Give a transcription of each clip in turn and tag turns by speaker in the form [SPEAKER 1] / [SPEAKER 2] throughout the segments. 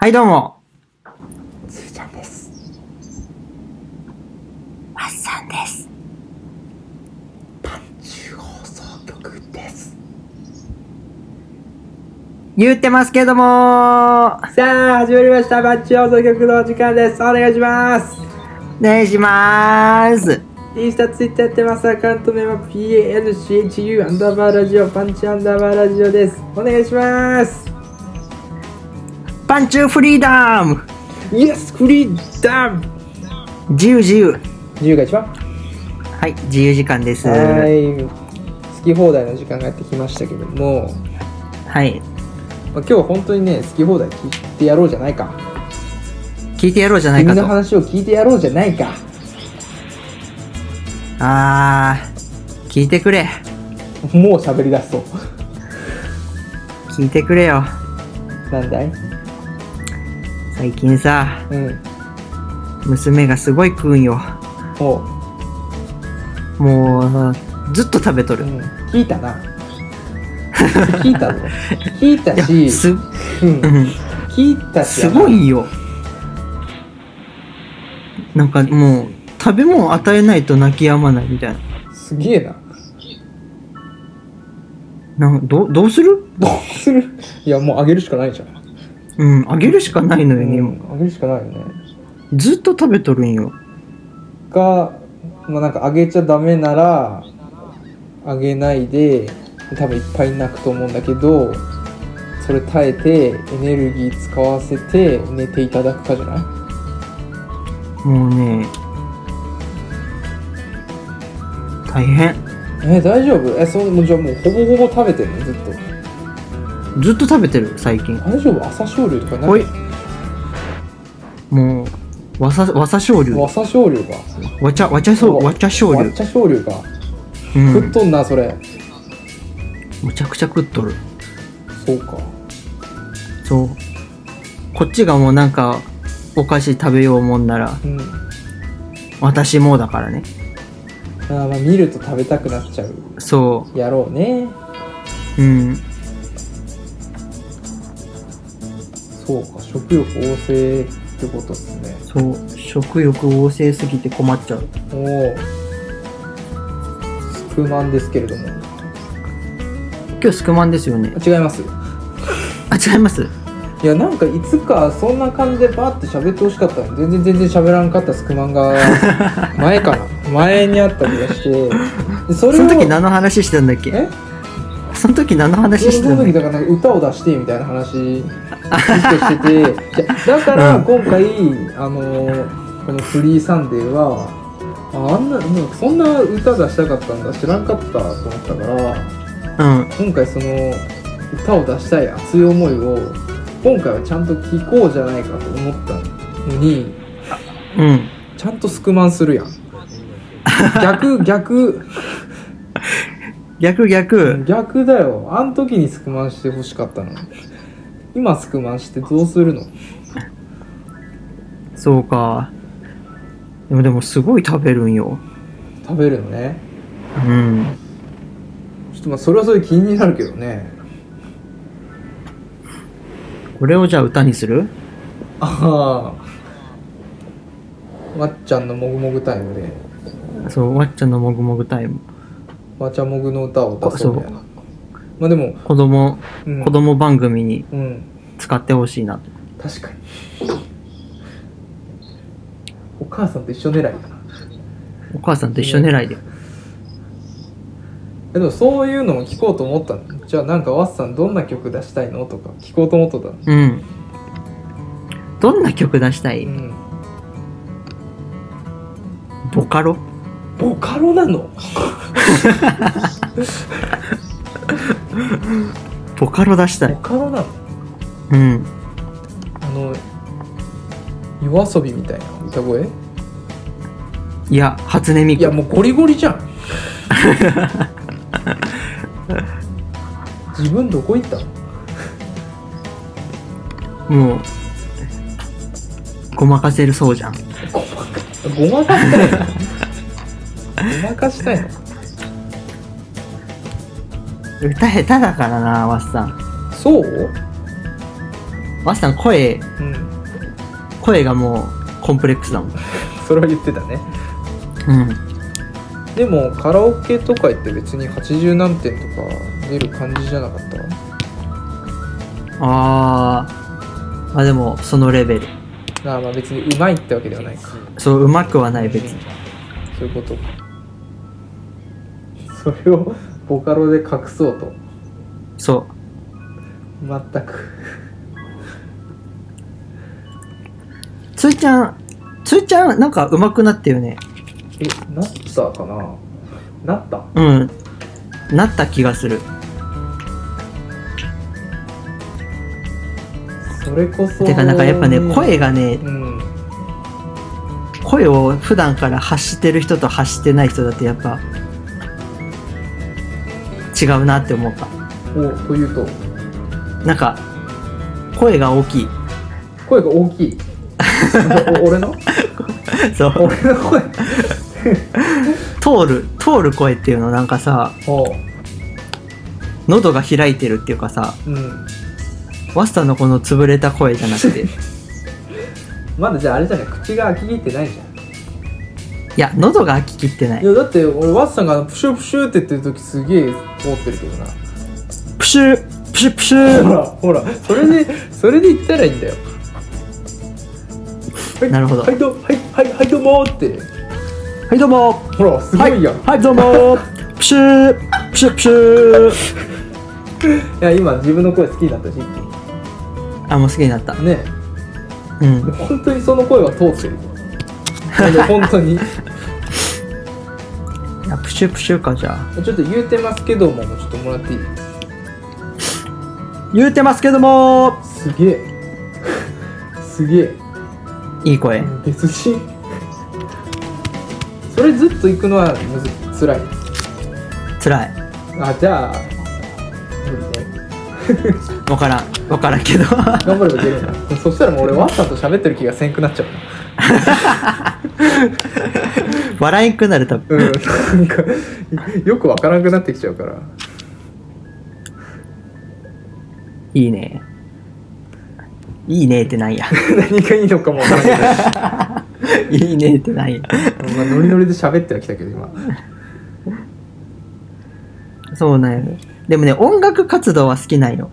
[SPEAKER 1] はい、どうも。
[SPEAKER 2] つーちゃんです。
[SPEAKER 1] わっさんです。
[SPEAKER 2] パンチ放送局です。
[SPEAKER 1] 言ってますけどもお
[SPEAKER 2] さあ、始まりました。パンチ放送局のお時間です。お願いします。
[SPEAKER 1] 願いします。
[SPEAKER 2] インスタ、ツイッターやってます。アカウント名は PANCHU アンダーバーラジオ、パンチアンダーバーラジオです。お願いします。
[SPEAKER 1] パンチューフリーダム
[SPEAKER 2] イエスフリーダム
[SPEAKER 1] 自由自由。
[SPEAKER 2] 自由が一番は
[SPEAKER 1] はい、自由時間です。はい。
[SPEAKER 2] ーい。好き放題の時間がやってきましたけども、まあ、今日は本当にね、好き放題聞いてやろうじゃないか。
[SPEAKER 1] 聞いてやろうじゃない
[SPEAKER 2] 君
[SPEAKER 1] かと。
[SPEAKER 2] の話を聞いてやろうじゃないか。
[SPEAKER 1] あー、聞いてくれ。
[SPEAKER 2] もう喋り出すと。
[SPEAKER 1] 聞いてくれよ。
[SPEAKER 2] なんだい
[SPEAKER 1] 最近さ、
[SPEAKER 2] うん。
[SPEAKER 1] 娘がすごい食うんよ。
[SPEAKER 2] おう。
[SPEAKER 1] もう、ずっと食べとる。
[SPEAKER 2] うん、聞い たな聞いたぞ聞いた
[SPEAKER 1] いや、
[SPEAKER 2] し
[SPEAKER 1] す、う
[SPEAKER 2] うん、
[SPEAKER 1] ん、
[SPEAKER 2] 聞いたし
[SPEAKER 1] すごいよ。なんかもう、食べ物与えないと泣き止まないみたいな。
[SPEAKER 2] すげえな
[SPEAKER 1] なんどうどうする
[SPEAKER 2] どうするいやもうあげるしかないじゃん、
[SPEAKER 1] うん、あげるしかないのよね、も
[SPEAKER 2] あげるしかないよね
[SPEAKER 1] うずっと食べとるんよ。
[SPEAKER 2] がまあなんかあげちゃダメならあげないで多分いっぱい泣くと思うんだけどそれ耐えてエネルギー使わせて寝ていただくかじゃない
[SPEAKER 1] もうね、大変。
[SPEAKER 2] え大丈夫えそうもうじゃあもうほぼほぼ食べてるのずっと
[SPEAKER 1] ずっと食べてる、最近。
[SPEAKER 2] 大丈夫朝青龍とかな
[SPEAKER 1] ほい。もう、わさ、わさ少流。
[SPEAKER 2] 朝青龍か
[SPEAKER 1] わちゃ、わちゃそう、わちゃ少
[SPEAKER 2] 抹
[SPEAKER 1] 流。
[SPEAKER 2] 茶醤油か、
[SPEAKER 1] う
[SPEAKER 2] 食っ
[SPEAKER 1] ん。
[SPEAKER 2] とんなそれ
[SPEAKER 1] むちゃくちゃ食っとる。
[SPEAKER 2] そうか
[SPEAKER 1] そう。こっちがもうなんか、お菓子食べようもんなら、
[SPEAKER 2] うん
[SPEAKER 1] 私もだからね。
[SPEAKER 2] あーまあ見ると食べたくなっちゃう
[SPEAKER 1] そ
[SPEAKER 2] やろうね
[SPEAKER 1] う。うん。
[SPEAKER 2] そうか食欲旺盛ってことっすね
[SPEAKER 1] そう。食欲旺盛すぎて困っちゃう。
[SPEAKER 2] おおスプマンですけれども
[SPEAKER 1] 今日スクマンですよね。
[SPEAKER 2] あ違います
[SPEAKER 1] あ、違います。
[SPEAKER 2] いやなんかいつかそんな感じでバーって喋ってほしかったのに全然全然喋らんかったスクマンが 前かな前にあった気がしてでそ
[SPEAKER 1] そ
[SPEAKER 2] を
[SPEAKER 1] の時何の話してたんだっけ
[SPEAKER 2] え
[SPEAKER 1] その時何の話してた
[SPEAKER 2] その
[SPEAKER 1] んだっ
[SPEAKER 2] 時
[SPEAKER 1] け
[SPEAKER 2] だから歌を出してみたいな話ずっとしてていやだから今回、あのーこの「フリーサンデーは」ああんななんかそんな歌出したかったんだ知らんかったと思ったから
[SPEAKER 1] うん。
[SPEAKER 2] 今回その歌を出したい熱い思いを今回はちゃんと聴こうじゃないかと思ったのに
[SPEAKER 1] うん。
[SPEAKER 2] ちゃんとスクマンするやん逆逆
[SPEAKER 1] 逆逆。
[SPEAKER 2] 逆だよあん時にスクマンしてほしかったの今スクマンしてどうするの
[SPEAKER 1] そうか。でもでもすごい食べるんよ。
[SPEAKER 2] 食べるのね
[SPEAKER 1] うん。
[SPEAKER 2] ちょっとまあそれはそれで気になるけどね
[SPEAKER 1] これをじゃあ歌にする
[SPEAKER 2] ああわっちゃんのもぐもぐタイムで
[SPEAKER 1] そう、わっちゃんのもぐもぐタイム。
[SPEAKER 2] わちゃもぐの歌を出そうみたいなまあでも、
[SPEAKER 1] 子供、
[SPEAKER 2] うん、
[SPEAKER 1] 子供番組に
[SPEAKER 2] うん
[SPEAKER 1] 使ってほしいな。
[SPEAKER 2] 確かにお母さんと一緒狙いだな
[SPEAKER 1] お母さんと一緒狙いで。
[SPEAKER 2] えでもそういうのも聞こうと思ったのじゃあなんかわっさんどんな曲出したいのとか聞こうと思っとった
[SPEAKER 1] う
[SPEAKER 2] の
[SPEAKER 1] ん。どんな曲出したい
[SPEAKER 2] うん
[SPEAKER 1] ボカロ
[SPEAKER 2] ボカロなの
[SPEAKER 1] ボカロ出した
[SPEAKER 2] ボ
[SPEAKER 1] い。
[SPEAKER 2] カロなの
[SPEAKER 1] うん。
[SPEAKER 2] あの夜遊びみたいな歌声
[SPEAKER 1] いや、初音ミ
[SPEAKER 2] いや
[SPEAKER 1] ク。
[SPEAKER 2] もうゴリゴリじゃ ん自分どこ行ったの
[SPEAKER 1] もう、ごまかせるそうじゃん。
[SPEAKER 2] ごまかごまかしたいのごまかしたいの
[SPEAKER 1] 歌下手だからな、わっさん。
[SPEAKER 2] そう
[SPEAKER 1] マスさん声
[SPEAKER 2] うん
[SPEAKER 1] 声がもうコンプレックスだもん
[SPEAKER 2] それは言ってたね
[SPEAKER 1] うん
[SPEAKER 2] でもカラオケとか行って別に80何点とか出る感じじゃなかった
[SPEAKER 1] あーまあでもそのレベル
[SPEAKER 2] ああまあ別にうまいってわけではないか
[SPEAKER 1] そううまくはない別に
[SPEAKER 2] そういうことかそれをボカロで隠そうと
[SPEAKER 1] そ
[SPEAKER 2] 全く
[SPEAKER 1] うつーちゃんつーちゃんなんか上手くなったよね
[SPEAKER 2] えなったかななった
[SPEAKER 1] うんなった気がする
[SPEAKER 2] それこそ
[SPEAKER 1] てかなんかやっぱね声がね
[SPEAKER 2] うん
[SPEAKER 1] 声を普段から発してる人と発してない人だってやっぱ違うなって思った
[SPEAKER 2] おというと
[SPEAKER 1] なんか声が大きい
[SPEAKER 2] 声が大きいお俺の
[SPEAKER 1] そう
[SPEAKER 2] 俺の声
[SPEAKER 1] 通る通る声っていうのなんかさ
[SPEAKER 2] おう
[SPEAKER 1] 喉が開いてるっていうかさ
[SPEAKER 2] うん
[SPEAKER 1] ワスタのこの潰れた声じゃな くてい
[SPEAKER 2] まだじゃああれじゃない口が開ききってないじゃん
[SPEAKER 1] や喉が開ききってない
[SPEAKER 2] いやだって俺ワッサンがプシュプシュって言ってる時すげえ通ってるけどな
[SPEAKER 1] プシュープシュプシ
[SPEAKER 2] ほ
[SPEAKER 1] ュ
[SPEAKER 2] らほらそれでそれで言ったらいいんだよはい
[SPEAKER 1] なるほど
[SPEAKER 2] はいどはいはいはいどうもーって
[SPEAKER 1] ーはいどうも
[SPEAKER 2] ほらすご
[SPEAKER 1] はい
[SPEAKER 2] いやん、
[SPEAKER 1] はいどうも ープシュープシュプシュー
[SPEAKER 2] い、や今自分の声好きになったし一気に
[SPEAKER 1] あもう好きになった
[SPEAKER 2] ね
[SPEAKER 1] うん
[SPEAKER 2] で本当にその声は通ってるほんで本当に
[SPEAKER 1] いやプシュプシュかじゃあ
[SPEAKER 2] ちょっと言うてますけどももうちょっともらっていい
[SPEAKER 1] 言うてますけども
[SPEAKER 2] すげえすげえ
[SPEAKER 1] いい声
[SPEAKER 2] 別人それずっと行くのはむず辛い
[SPEAKER 1] つらい
[SPEAKER 2] あじゃあ無理ね
[SPEAKER 1] わからんわからんけど
[SPEAKER 2] 頑張ればいけるんだそしたらもう俺ワッサンと喋ってる気がせんくなっちゃう
[SPEAKER 1] 笑いんくなる多分
[SPEAKER 2] うんなんかよくわからなくなってきちゃうから
[SPEAKER 1] いいねいいねってなんや
[SPEAKER 2] 何がいいのかもわからな い
[SPEAKER 1] いいねってなんや
[SPEAKER 2] まあノリノリで喋ってはきたけど今
[SPEAKER 1] そうなんやでもね音楽活動は好きなんよ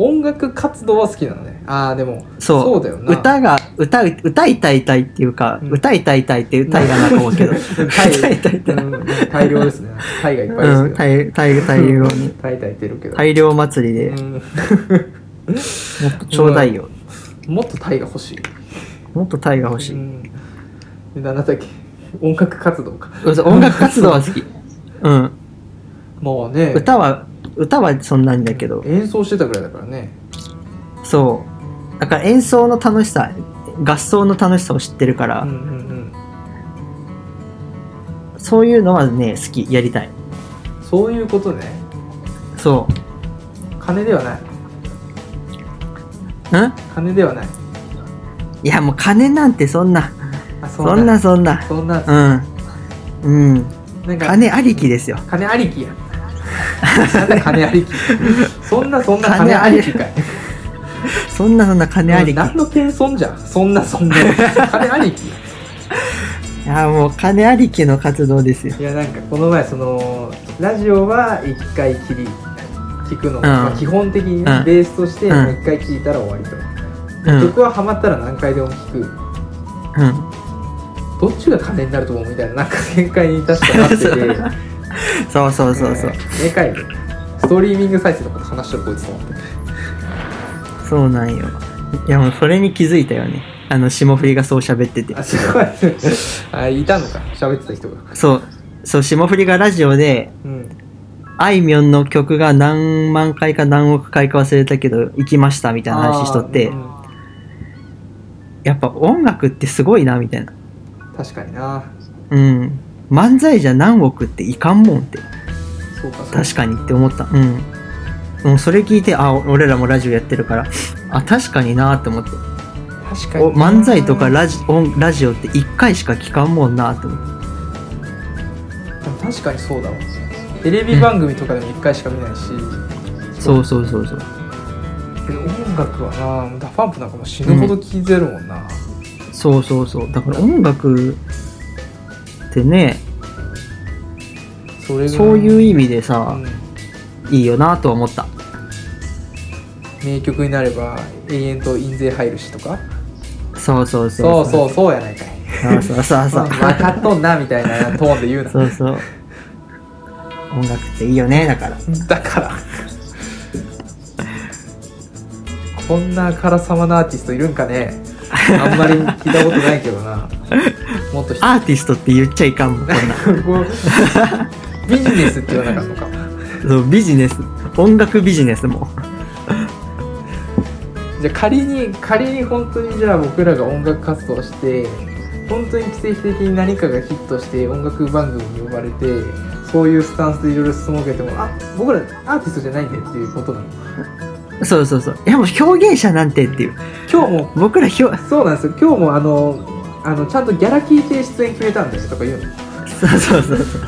[SPEAKER 2] 音楽活動は好きなのねああでも
[SPEAKER 1] そう
[SPEAKER 2] だよな
[SPEAKER 1] 歌が歌う歌いたいたいっていうか、
[SPEAKER 2] うん
[SPEAKER 1] 歌いたいたいって歌いがなと思うけ ど
[SPEAKER 2] タイ
[SPEAKER 1] 歌いたいたい
[SPEAKER 2] うん大量ですねタイがいっぱいです
[SPEAKER 1] う
[SPEAKER 2] け
[SPEAKER 1] ん
[SPEAKER 2] ど
[SPEAKER 1] 大大大量に
[SPEAKER 2] タイタイてるけど、
[SPEAKER 1] 大量祭りで、
[SPEAKER 2] うん
[SPEAKER 1] もっとちょうだいよ、
[SPEAKER 2] もっとタイが欲しい
[SPEAKER 1] もっとタイが欲しい、
[SPEAKER 2] うんでなんだったっけ音楽活動か
[SPEAKER 1] うんそう音楽活動は好きうん
[SPEAKER 2] まあね
[SPEAKER 1] 歌は歌はそんなんだけど
[SPEAKER 2] 演奏してたぐらいだからね
[SPEAKER 1] そうだから演奏の楽しさ合奏の楽しさを知ってるから、
[SPEAKER 2] うんうん
[SPEAKER 1] そういうのはね好きやりたい
[SPEAKER 2] うんそういうことね
[SPEAKER 1] そ
[SPEAKER 2] 金ではない
[SPEAKER 1] う
[SPEAKER 2] う
[SPEAKER 1] ん
[SPEAKER 2] 金ではない
[SPEAKER 1] いやもう金なんてそんな
[SPEAKER 2] あそ
[SPEAKER 1] そんなそんな
[SPEAKER 2] そんな
[SPEAKER 1] うんうん
[SPEAKER 2] なんか
[SPEAKER 1] 金ありきですよ
[SPEAKER 2] 金ありきやなんだ金ありき そんなそんな金
[SPEAKER 1] 金
[SPEAKER 2] あ
[SPEAKER 1] あ
[SPEAKER 2] り
[SPEAKER 1] り
[SPEAKER 2] きかい
[SPEAKER 1] そんなそんな金ありき
[SPEAKER 2] 何の謙遜じゃんそんなそ んな金ありき
[SPEAKER 1] いやもう金ありきの活動ですよ
[SPEAKER 2] いやなんかこの前そのラジオは一回きり聞くの、
[SPEAKER 1] ん
[SPEAKER 2] まあ基本的にね、
[SPEAKER 1] うん
[SPEAKER 2] ベースとして
[SPEAKER 1] うん
[SPEAKER 2] 一回聞いたら終わりと、
[SPEAKER 1] うんうん
[SPEAKER 2] 曲はハマったら何回でも聞くどっちが金になると思うみたいななんか限界に確かなってて
[SPEAKER 1] そうそう そうそう、
[SPEAKER 2] でかいストリーミング再生のこと話してるこいつと思って
[SPEAKER 1] そうなんよいやもうそれに気づいたよねあの霜降りがそう喋ってて
[SPEAKER 2] あすごいあいたのか喋ってた人が
[SPEAKER 1] そうそう霜降りがラジオで
[SPEAKER 2] うん
[SPEAKER 1] あいみょんの曲が何万回か何億回か忘れたけど行きましたみたいな話しとって、
[SPEAKER 2] あー
[SPEAKER 1] やっぱ音楽ってすごいなみたいな
[SPEAKER 2] うん確かにな
[SPEAKER 1] うん漫才じゃ何億っていかんもんって
[SPEAKER 2] そうかそう
[SPEAKER 1] 確かにって思ったうんもうそれ聞いてあお俺らもラジオやってるからあ確かになって思って
[SPEAKER 2] 確かに
[SPEAKER 1] お漫才とかラジ音ラジオって1回しか聞かんもんなって思って
[SPEAKER 2] 確かにそうだわテレビ番組とかでも1回しか見ないし、
[SPEAKER 1] そうそうそうそう
[SPEAKER 2] けど音楽はなダパンプなんかもう死ぬほど聴いてるもんな、
[SPEAKER 1] そうそうそうだから音楽ってね
[SPEAKER 2] それぐら
[SPEAKER 1] そういう
[SPEAKER 2] う
[SPEAKER 1] 意味でさ
[SPEAKER 2] ん、
[SPEAKER 1] いいよなとは思った
[SPEAKER 2] 名曲になれば永遠と印税入るしとか
[SPEAKER 1] そうそうそ
[SPEAKER 2] そううそうそうやないかい
[SPEAKER 1] そうそうそうそう
[SPEAKER 2] 分かっとんなみたいなトーンで言う
[SPEAKER 1] そ
[SPEAKER 2] な
[SPEAKER 1] うそう音楽っていいよねだから
[SPEAKER 2] だからこんなあからさまなアーティストいるんかねあんまり聞いたことないけどなもっとひ
[SPEAKER 1] アーティストって言っちゃいかんもんこんな
[SPEAKER 2] こう ビジネスって言わなかったのか
[SPEAKER 1] そうビジネス音楽ビジネスも
[SPEAKER 2] じゃあ仮に仮に本当にじゃあ僕らが音楽活動して本当に奇跡的に何かがヒットして音楽番組に呼ばれてそういうスタンスでいろいろ質問を受けてもあ僕らアーティストじゃないんでっていうことなの
[SPEAKER 1] そうそうそういやもう表現者なんてっていう
[SPEAKER 2] 今日も
[SPEAKER 1] 僕ら表
[SPEAKER 2] そうなんですよ今日もあのあのちゃんとギャラ聞いて出演決めたんですとか言うの
[SPEAKER 1] そうそうそうそ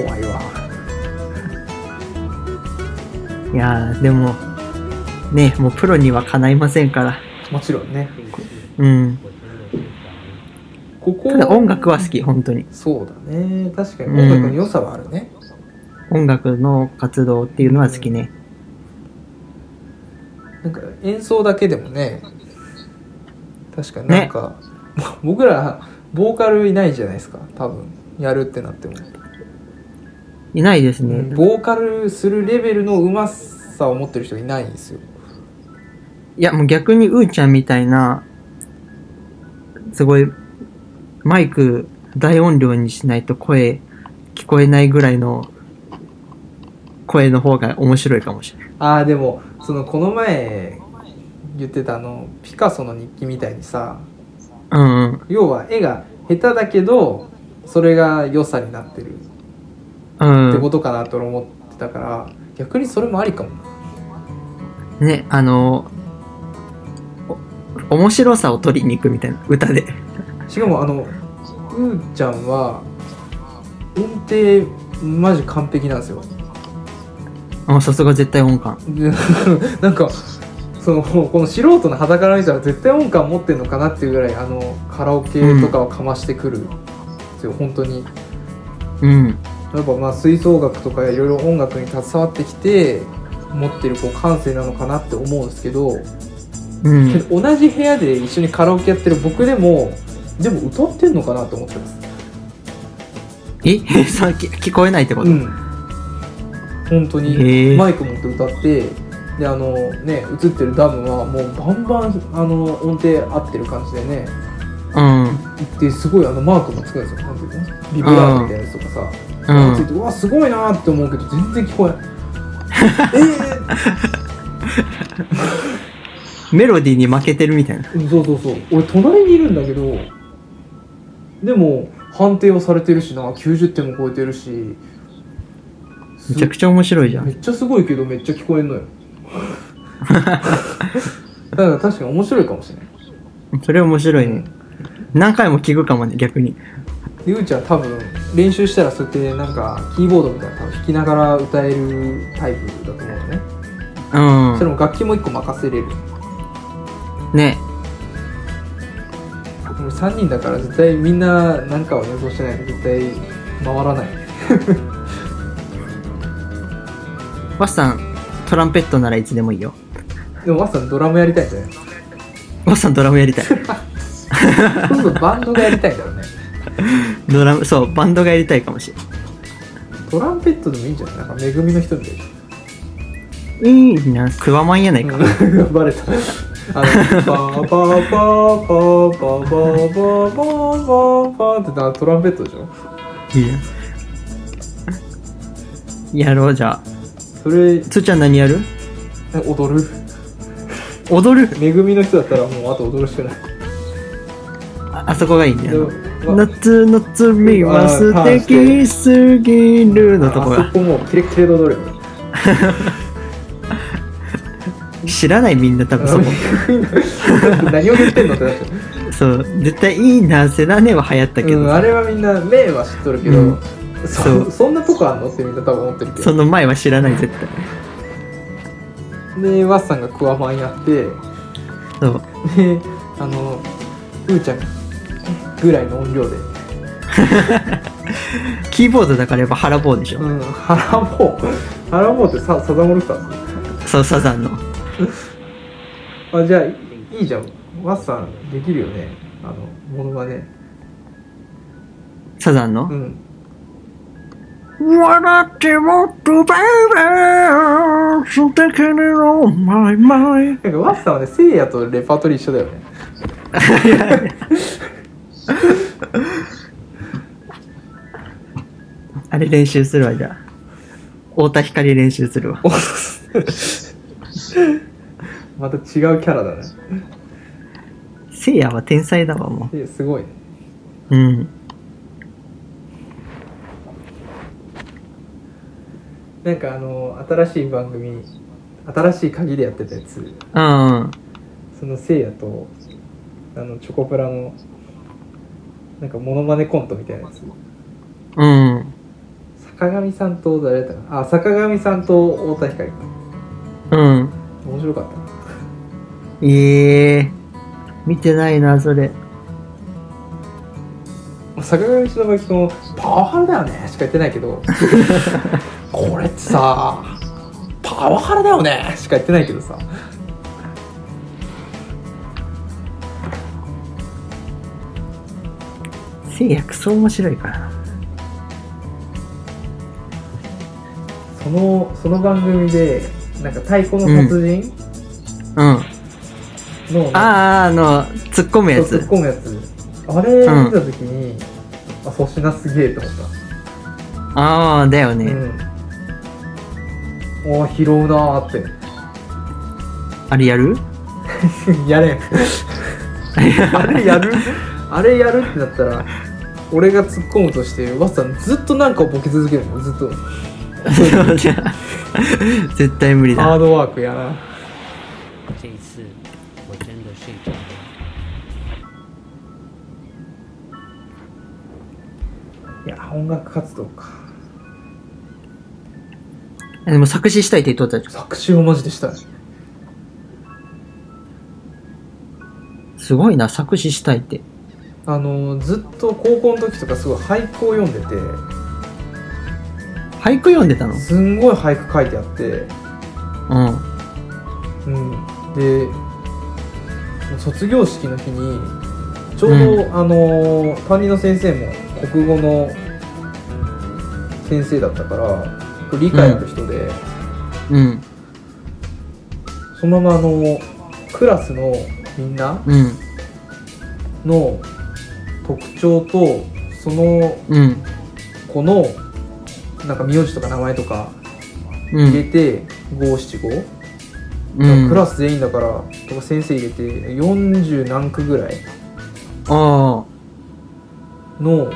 [SPEAKER 1] う
[SPEAKER 2] 怖いわ
[SPEAKER 1] いやーでもねもうプロにはかないませんから
[SPEAKER 2] もちろんね
[SPEAKER 1] うん
[SPEAKER 2] ここ
[SPEAKER 1] ただ音楽は好き本当に
[SPEAKER 2] そうだね確かに
[SPEAKER 1] うん
[SPEAKER 2] 音楽の良さはあるね、
[SPEAKER 1] 音楽の活動っていうのは好きね
[SPEAKER 2] なんか演奏だけでもね確かになんか、もう 僕らボーカルいないじゃないですか多分やるってなっても、
[SPEAKER 1] いないですね
[SPEAKER 2] ボーカルするレベルのうまさを持ってる人いないんですよ
[SPEAKER 1] いやもう逆にうーちゃんみたいなすごいマイク大音量にしないと声聞こえないぐらいの声の方が面白いかもしれない
[SPEAKER 2] ああでもそのこの前言ってたあのピカソの日記みたいにさ
[SPEAKER 1] うんうん
[SPEAKER 2] 要は絵が下手だけどそれが良さになってるって
[SPEAKER 1] う
[SPEAKER 2] ことかなと俺思ってたから、逆にそれもありかも
[SPEAKER 1] んねあのお面白さを取りに行くみたいな歌で
[SPEAKER 2] しかもあのうーちゃんは音程マジ完璧なんですよ
[SPEAKER 1] あさすが絶対音感
[SPEAKER 2] で なんかそのこの素人の肌から見たら絶対音感持ってんのかなっていうぐらいあのカラオケとかをかましてくるんですよ、本当に
[SPEAKER 1] うん
[SPEAKER 2] やっぱまあ吹奏楽とかいろいろ音楽に携わってきて持ってるこう感性なのかなって思うんですけど、
[SPEAKER 1] うん
[SPEAKER 2] 同じ部屋で一緒にカラオケやってる僕でもでも歌ってんのかなと思ってます
[SPEAKER 1] えさ聞聞こえないってこと、
[SPEAKER 2] うん本当
[SPEAKER 1] へ
[SPEAKER 2] に
[SPEAKER 1] え
[SPEAKER 2] マイク持って歌ってであのね映ってるダムはもうバンバンあの音程合ってる感じでね
[SPEAKER 1] うん
[SPEAKER 2] ですごいあのマークもつくんですよなんていうのビブラートみたいなやつとかさ、
[SPEAKER 1] う
[SPEAKER 2] つい
[SPEAKER 1] ん
[SPEAKER 2] てうわすごいなーって思うけど全然聞こえないえ
[SPEAKER 1] メロディーに負けてるみたいな
[SPEAKER 2] ー、そうそうそう俺隣にいるんだけどでも判定をされてるしな90点も超えてるし
[SPEAKER 1] めちゃくちゃ面白いじゃん
[SPEAKER 2] めっちゃすごいけどめっちゃ聞こえんのよだから確かに面白いかもしれない
[SPEAKER 1] それ面白いね。何回も聞くかもね、逆に。
[SPEAKER 2] でゆうちゃん多分練習したらそうやってなんかキーボードみたいなの多分弾きながら歌えるタイプだと思うのね、
[SPEAKER 1] うん
[SPEAKER 2] そ。れも楽器も1個任せれる
[SPEAKER 1] ね。
[SPEAKER 2] 俺3人だから絶対みんななんかを演奏してないと絶対回らない
[SPEAKER 1] バスさん、トランペットならいつでもいいよ。
[SPEAKER 2] でもワッサンドラムやりたいんだよ ね
[SPEAKER 1] バスさん、ドラムやり たい。
[SPEAKER 2] 今度バンドがやりたいんだろうね
[SPEAKER 1] ドラム、そう、バンドがやりたいかもしれな。
[SPEAKER 2] トランペットでもいいんじゃないなんか恵みの人みたいない
[SPEAKER 1] いいな、クワマンやないか。
[SPEAKER 2] うんバレた。あの、パーパーパーパーパーパーパーパーパーパーってなトランペットでしょ
[SPEAKER 1] いいや。やろう、じゃあ。
[SPEAKER 2] それ、
[SPEAKER 1] つーちゃん何やる
[SPEAKER 2] 踊る。
[SPEAKER 1] 踊る
[SPEAKER 2] 恵みの人だったらもうあと踊るしかない。
[SPEAKER 1] ああそこがいいんだよな。
[SPEAKER 2] でまあ
[SPEAKER 1] 夏の罪は素敵すぎるのとこ
[SPEAKER 2] あ
[SPEAKER 1] が
[SPEAKER 2] そ。こもうキレッキレで踊るよね。
[SPEAKER 1] 知らないみんな多分そこ。
[SPEAKER 2] 何を言ってんのってなっちゃう
[SPEAKER 1] そう。絶対いいな、セラネは流行ったけ
[SPEAKER 2] うん。
[SPEAKER 1] ど。
[SPEAKER 2] あれはみんな、目は知っとるけ
[SPEAKER 1] う
[SPEAKER 2] ど
[SPEAKER 1] ん、そ
[SPEAKER 2] そうそんなとこあんのってみんな多分思ってるけ
[SPEAKER 1] そ
[SPEAKER 2] ど。
[SPEAKER 1] の前は知らない、絶対。
[SPEAKER 2] でワッさんがクワマンやって
[SPEAKER 1] そう。
[SPEAKER 2] であのうーちゃんぐらいの音量で、
[SPEAKER 1] キーボードだからやっぱ腹棒でしょ。
[SPEAKER 2] うん、腹も腹もってさサザンオールスターズ
[SPEAKER 1] そう、サザンの。
[SPEAKER 2] あじゃあいいじゃんワッさんできるよねあのモノマネ
[SPEAKER 1] サザンの、
[SPEAKER 2] うん
[SPEAKER 1] 笑ってもっとバイバイ素敵にのマイマイ
[SPEAKER 2] なんかワッさんはねせいやとレパートリー一緒だよね
[SPEAKER 1] あれ練習するわじゃあ太田光練習するわ
[SPEAKER 2] おまた違うキャラだね
[SPEAKER 1] せいやは天才だわも
[SPEAKER 2] いやすごいね
[SPEAKER 1] ううん
[SPEAKER 2] なんかあの新しい番組新しい鍵でやってたやつ
[SPEAKER 1] うんうん
[SPEAKER 2] そのせいやとあのチョコプラのなんかモノマネコントみたいなやつ
[SPEAKER 1] うん
[SPEAKER 2] 坂上さんと誰だったかなあ坂上さんと太田光か
[SPEAKER 1] うん
[SPEAKER 2] 面白かった
[SPEAKER 1] ええ見てないなそれ
[SPEAKER 2] 坂上忍は基本「パワハラだよね」しか言ってないけど これってさパワハラだよねしか言ってないけどさ
[SPEAKER 1] せいやクソ面白いからな
[SPEAKER 2] そのその番組でなんか太鼓の達人
[SPEAKER 1] うんあ
[SPEAKER 2] の、なんか
[SPEAKER 1] ああの突っ込むや
[SPEAKER 2] そう突っ
[SPEAKER 1] つ
[SPEAKER 2] 込むやつあれ見
[SPEAKER 1] うん
[SPEAKER 2] た時に、あ粗品すげえと思った
[SPEAKER 1] ああだよね、
[SPEAKER 2] うん、おー拾うなーって
[SPEAKER 1] あれやる
[SPEAKER 2] やれんあれやるあれやるってなったら俺が突っ込むとしてワッさんずっとなんかをボケ続けるのずっと
[SPEAKER 1] 絶対無理だ
[SPEAKER 2] ハードワークやな
[SPEAKER 3] 这一次我真的睡着了。
[SPEAKER 2] いや音楽活動か
[SPEAKER 1] でも作詞したいって言っとったじ
[SPEAKER 2] 作詞をマジでしたい
[SPEAKER 1] ゃんすごいな作詞したいって
[SPEAKER 2] あのーずっと高校の時とかすごい俳句を読んでて
[SPEAKER 1] 俳句読んでたの
[SPEAKER 2] すんごい俳句書いてあって
[SPEAKER 1] う
[SPEAKER 2] うん、で卒業式の日にちょうど、
[SPEAKER 1] うん
[SPEAKER 2] あのー担任の先生も国語の先生だったから理解ある人で、
[SPEAKER 1] んうん
[SPEAKER 2] そのままあのクラスのみんな
[SPEAKER 1] うん
[SPEAKER 2] の特徴とその
[SPEAKER 1] うん
[SPEAKER 2] 子のなんか名字とか名前とか
[SPEAKER 1] う
[SPEAKER 2] 入れ
[SPEAKER 1] ん
[SPEAKER 2] て五七五
[SPEAKER 1] うん
[SPEAKER 2] ク
[SPEAKER 1] あ
[SPEAKER 2] ラス全員だからとか先生入れて40何句ぐらい
[SPEAKER 1] あ
[SPEAKER 2] の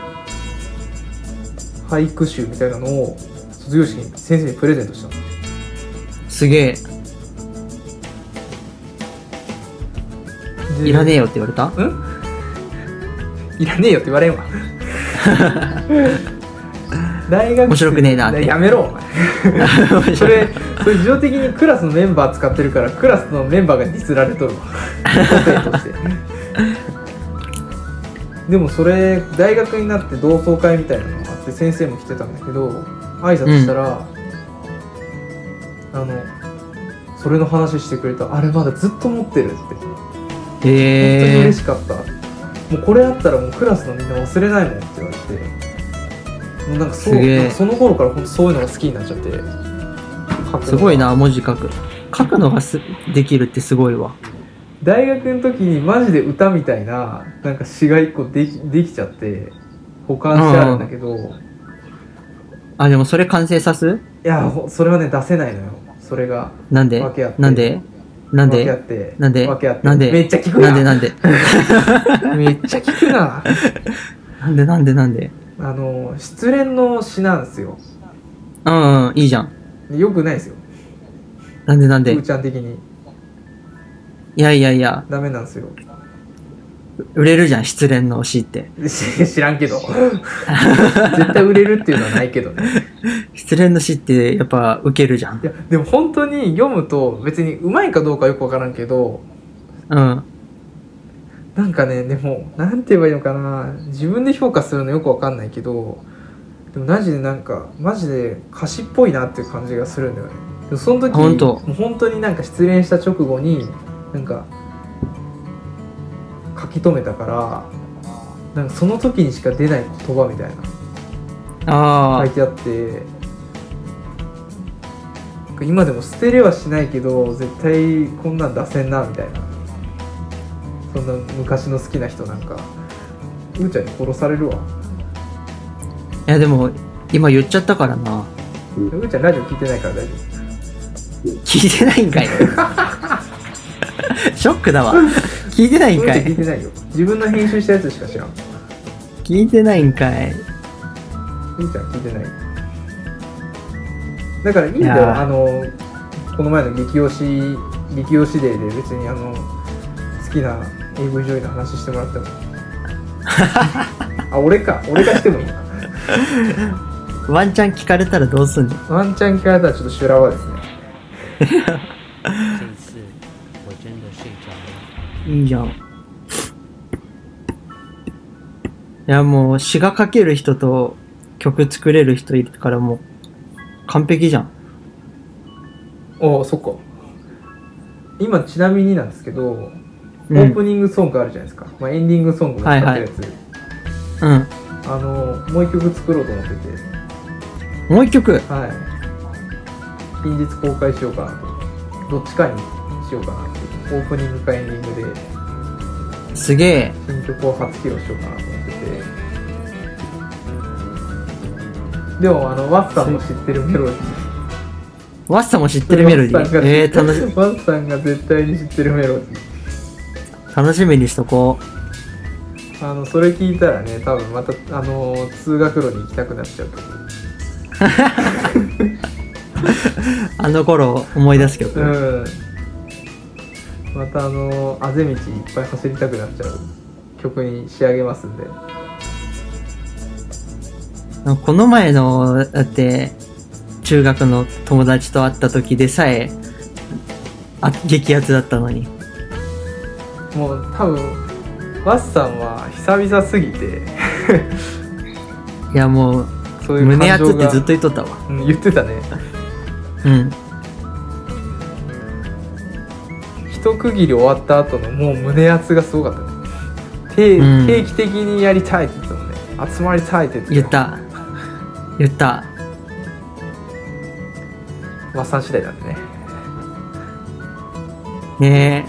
[SPEAKER 2] 俳句集みたいなのを卒業式に先生にプレゼントしたの
[SPEAKER 1] すげえ
[SPEAKER 2] で
[SPEAKER 1] いらねえよって言われた
[SPEAKER 2] うんいらねえよって言 われんわ大学生
[SPEAKER 1] 面白くねえなって
[SPEAKER 2] やめろお前それそれ自動的にクラスのメンバー使ってるからクラスのメンバーがディスられとるわ 答えとしてでもそれ大学になって同窓会みたいなのがあって先生も来てたんだけど挨拶したら、あのそれの話してくれたあれまだずっと持ってるって本当に
[SPEAKER 1] へえ
[SPEAKER 2] 嬉しかった、もうこれあったらもうクラスのみんな忘れないもんって言われてもうなんかそう
[SPEAKER 1] すげえ
[SPEAKER 2] なんかその頃から本当そういうのが好きになっちゃって
[SPEAKER 1] すごいな文字書く書くのがすできるってすごいわ
[SPEAKER 2] 大学の時にマジで歌みたいななんか詩が一個できできちゃって保管してあるんだけど、い
[SPEAKER 1] あでもそれ完成さす
[SPEAKER 2] やほそれはね出せないのよそれが
[SPEAKER 1] なんで
[SPEAKER 2] わけあって
[SPEAKER 1] なんでなん
[SPEAKER 2] 訳あっ
[SPEAKER 1] で
[SPEAKER 2] て
[SPEAKER 1] なんで
[SPEAKER 2] 訳あって
[SPEAKER 1] なんで
[SPEAKER 2] めっちゃ聞く
[SPEAKER 1] な
[SPEAKER 2] なん
[SPEAKER 1] でなんで
[SPEAKER 2] めっちゃ聞くな
[SPEAKER 1] なんでなんでなんで
[SPEAKER 2] あの失恋の詩なんですよ
[SPEAKER 1] うんうんいいじゃん
[SPEAKER 2] よくないですよ
[SPEAKER 1] なんでなんで
[SPEAKER 2] うー
[SPEAKER 1] い
[SPEAKER 2] ちゃん的に
[SPEAKER 1] やいやいや
[SPEAKER 2] ダメなんですよ
[SPEAKER 1] 売れるじゃん失恋の推しって
[SPEAKER 2] し知らんけど絶対売れるっていうのはないけどね
[SPEAKER 1] 失恋の詩ってやっぱ受けるじゃん
[SPEAKER 2] い。やでも本当に読むと別にうまいかどうかよくわからんけど
[SPEAKER 1] うん。
[SPEAKER 2] なんかねでもなんて言えばいいのかな自分で評価するのよくわかんないけどでもマジでなんかマジで歌詞っぽいなっていう感じがするんだよねでもその時
[SPEAKER 1] あ本当
[SPEAKER 2] もう本当になんか失恋した直後になんか書き留めたからなんかその時にしか出ない言葉みたいな
[SPEAKER 1] ああ、
[SPEAKER 2] 書いてあって今でも捨てれはしないけど絶対こんなん出せんなみたいなそんな昔の好きな人なんかうーちゃんに殺されるわ
[SPEAKER 1] いやでも、今言っちゃったからな。
[SPEAKER 2] うーちゃんラジオ聞いてないから大丈
[SPEAKER 1] 聞いてないんかい。 ショックだわ。聞いてない
[SPEAKER 2] 夫うん
[SPEAKER 1] か
[SPEAKER 2] ーちゃん聞い
[SPEAKER 1] い。
[SPEAKER 2] てないよ自分の編集したやつしか知らんう
[SPEAKER 1] 聞いてないんかい。
[SPEAKER 2] ーちゃん聞いてないだからいいんだ
[SPEAKER 1] いや
[SPEAKER 2] よ
[SPEAKER 1] ー
[SPEAKER 2] あのこの前の激推し激推しデーで別にあの好きな AV 女優の話してもらっても あ俺か俺がしてもいいな
[SPEAKER 1] ワンチャン聞かれたらどうすんの
[SPEAKER 2] ワンチャン聞かれたらちょっと修羅場ですね。
[SPEAKER 3] 这一次我真的睡着了。
[SPEAKER 1] いいじゃん。いやもう詩が書ける人と曲作れる人いるからもう完璧じゃん。
[SPEAKER 2] おお、そっか。今ちなみになんですけど、オ
[SPEAKER 1] うん
[SPEAKER 2] ープニングソングあるじゃないですか。まあエンディングソングも使ってるやつ。
[SPEAKER 1] うん。
[SPEAKER 2] あの、もう一曲作ろうと思ってて、
[SPEAKER 1] もう一曲。
[SPEAKER 2] はい。近日公開しようかなと。どっちかにしようかなっていう。オープニングかエンディングです
[SPEAKER 1] げえ。
[SPEAKER 2] 新曲を初披露しようかなと思ってて。でも、あの、ワッサンの知ってるメロディー。
[SPEAKER 1] ワッサも知ってるメロディ
[SPEAKER 2] ワッサンが
[SPEAKER 1] ー。えー、楽し、
[SPEAKER 2] ワッサンが絶対に知ってるメロディー。
[SPEAKER 1] 楽しみにしとこう。
[SPEAKER 2] あのそれ聞いたらね多分またあのー通学路に行きたくなっちゃうと思う
[SPEAKER 1] あの頃を思い出す曲。
[SPEAKER 2] うんまたあのーあぜ道いっぱい走りたくなっちゃう曲に仕上げますんで
[SPEAKER 1] この前の、だって、中学の友達と会った時でさえ、あ、激アツだったのに。
[SPEAKER 2] もう多分ワッさんは久々すぎて
[SPEAKER 1] いやもう、
[SPEAKER 2] そういう
[SPEAKER 1] 胸
[SPEAKER 2] 感
[SPEAKER 1] アツ
[SPEAKER 2] 情
[SPEAKER 1] っ
[SPEAKER 2] が
[SPEAKER 1] てずっと言っとったわ。
[SPEAKER 2] うん、言ってたね
[SPEAKER 1] うん。
[SPEAKER 2] 一区切り終わった後のもう胸熱がすごかったね定
[SPEAKER 1] うん
[SPEAKER 2] 定期的にやりたいって言ってたもんね集まりたいって言
[SPEAKER 1] 言
[SPEAKER 2] って
[SPEAKER 1] ったた言った
[SPEAKER 2] ワッサン次第なんでね
[SPEAKER 1] ね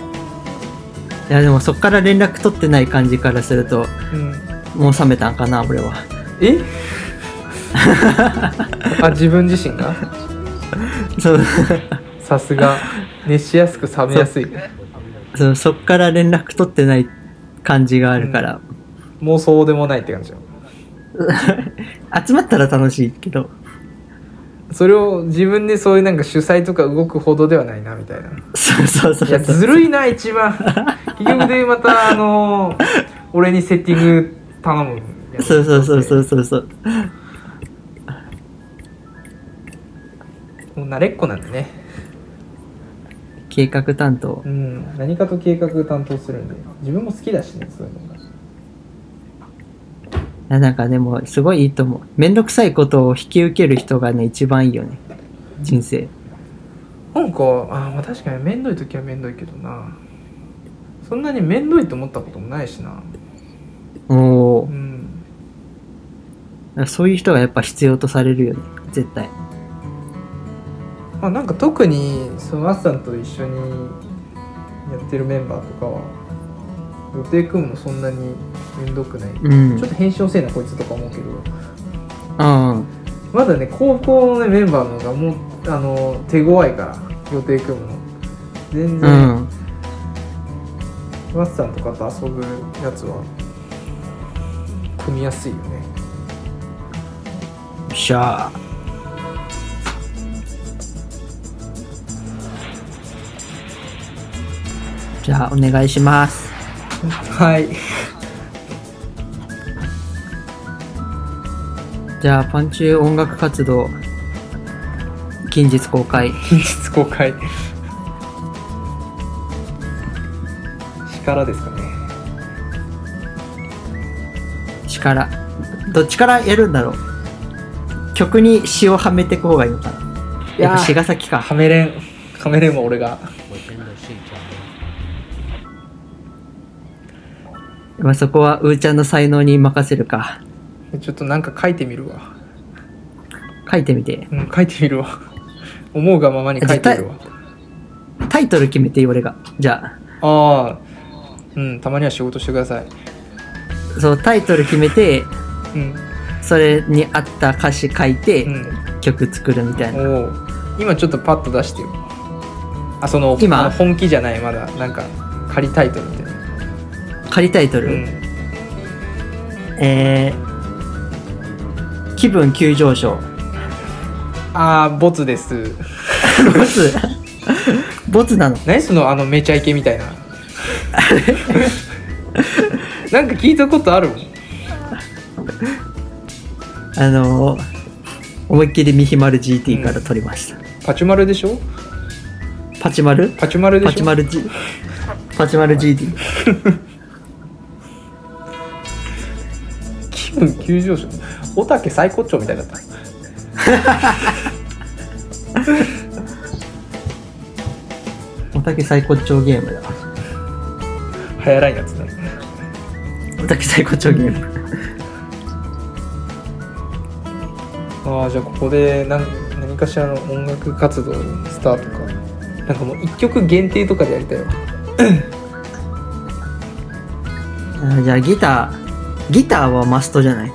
[SPEAKER 1] えいやでもそっから連絡取ってない感じからすると
[SPEAKER 2] うん
[SPEAKER 1] もう冷めたんかな俺は
[SPEAKER 2] え あ自分自身が
[SPEAKER 1] そう
[SPEAKER 2] さすが熱しやすく冷めやすい
[SPEAKER 1] そうそっから連絡取ってない感じがあるから、
[SPEAKER 2] もうそうでもないって感じよ
[SPEAKER 1] 集まったら楽しいけど
[SPEAKER 2] それを自分でそういうなんか主催とか動くほどではないなみたいな
[SPEAKER 1] そうそうそう
[SPEAKER 2] いやずるいな 一番結局でまたあのー俺にセッティング頼むやつ
[SPEAKER 1] そうそうそうそうそうそう
[SPEAKER 2] もう慣れっこなんでね
[SPEAKER 1] 計画担当
[SPEAKER 2] うん何かと計画担当するんで自分も好きだしねそういうのが
[SPEAKER 1] いやなんかでもすごいいいと思うめんどくさいことを引き受ける人がね一番いいよね人生
[SPEAKER 2] なんかあーまあ確かに面倒い時は面倒いけどなそんなに面倒いと思ったこともないしな
[SPEAKER 1] お
[SPEAKER 2] う
[SPEAKER 1] ー
[SPEAKER 2] ん
[SPEAKER 1] そういう人がやっぱ必要とされるよね絶対
[SPEAKER 2] まあなんか特にそのアッさんと一緒にやってるメンバーとかは予定組むのそんなに面倒くない、
[SPEAKER 1] うん
[SPEAKER 2] ちょっと編集遅いなこいつとか思うけど
[SPEAKER 1] うん
[SPEAKER 2] まだね高校のねメンバーの方がもうあの手強いから予定組むの全
[SPEAKER 1] う
[SPEAKER 2] 然、
[SPEAKER 1] ん
[SPEAKER 2] マッさんとかと遊ぶやつは組みやすいよね
[SPEAKER 1] しゃあじゃあお願いします
[SPEAKER 2] はい
[SPEAKER 1] じゃあパンチュー音楽活動近日公開。
[SPEAKER 2] 近日公開力ですかね
[SPEAKER 1] 力。どっちからやるんだろう。曲に詩をはめていく方がいいのかな。やっぱ詩が先か。
[SPEAKER 2] カメレンカメレンも俺が
[SPEAKER 3] 我真的睡着了。
[SPEAKER 1] まあ、そこはうーちゃんの才能に任せるか。
[SPEAKER 2] ちょっとなんか書いてみるわ
[SPEAKER 1] 書いてみて。
[SPEAKER 2] うん書いてみるわ思うがままに書いてみるわ
[SPEAKER 1] タイトル決めてよ、俺が。じゃあ。
[SPEAKER 2] ああうんたまには仕事してください
[SPEAKER 1] そう、タイトル決めて、
[SPEAKER 2] うん
[SPEAKER 1] それに合った歌詞書いて、
[SPEAKER 2] うん
[SPEAKER 1] 曲作るみたいな。
[SPEAKER 2] おお今ちょっとパッと出してよあその
[SPEAKER 1] 今
[SPEAKER 2] あの本気じゃないまだなんか仮タイトルみたいな
[SPEAKER 1] 仮タイトル。
[SPEAKER 2] うん
[SPEAKER 1] えー、気分急上昇。
[SPEAKER 2] ああボツです
[SPEAKER 1] ボツボツなの
[SPEAKER 2] 何そのあのめちゃイケみたいな なんか聞いたことあるもん
[SPEAKER 1] あのー思いっきりミヒマル GT から撮りました。
[SPEAKER 2] パチュマルでしょ
[SPEAKER 1] パチマル
[SPEAKER 2] パチュマルでしょ
[SPEAKER 1] パチマル G、パチマル GT。
[SPEAKER 2] 気分急上昇おたけ最高潮みたいだった
[SPEAKER 1] おたけ最高潮ゲームだわ。
[SPEAKER 2] 流行らんやつだ
[SPEAKER 1] おたけ最高潮ゲーム。
[SPEAKER 2] ああじゃあここで何何かしらの音楽活動スタートかなんかもう1曲限定とかでやりたいわ
[SPEAKER 1] あじゃあギター、ギターはマストじゃない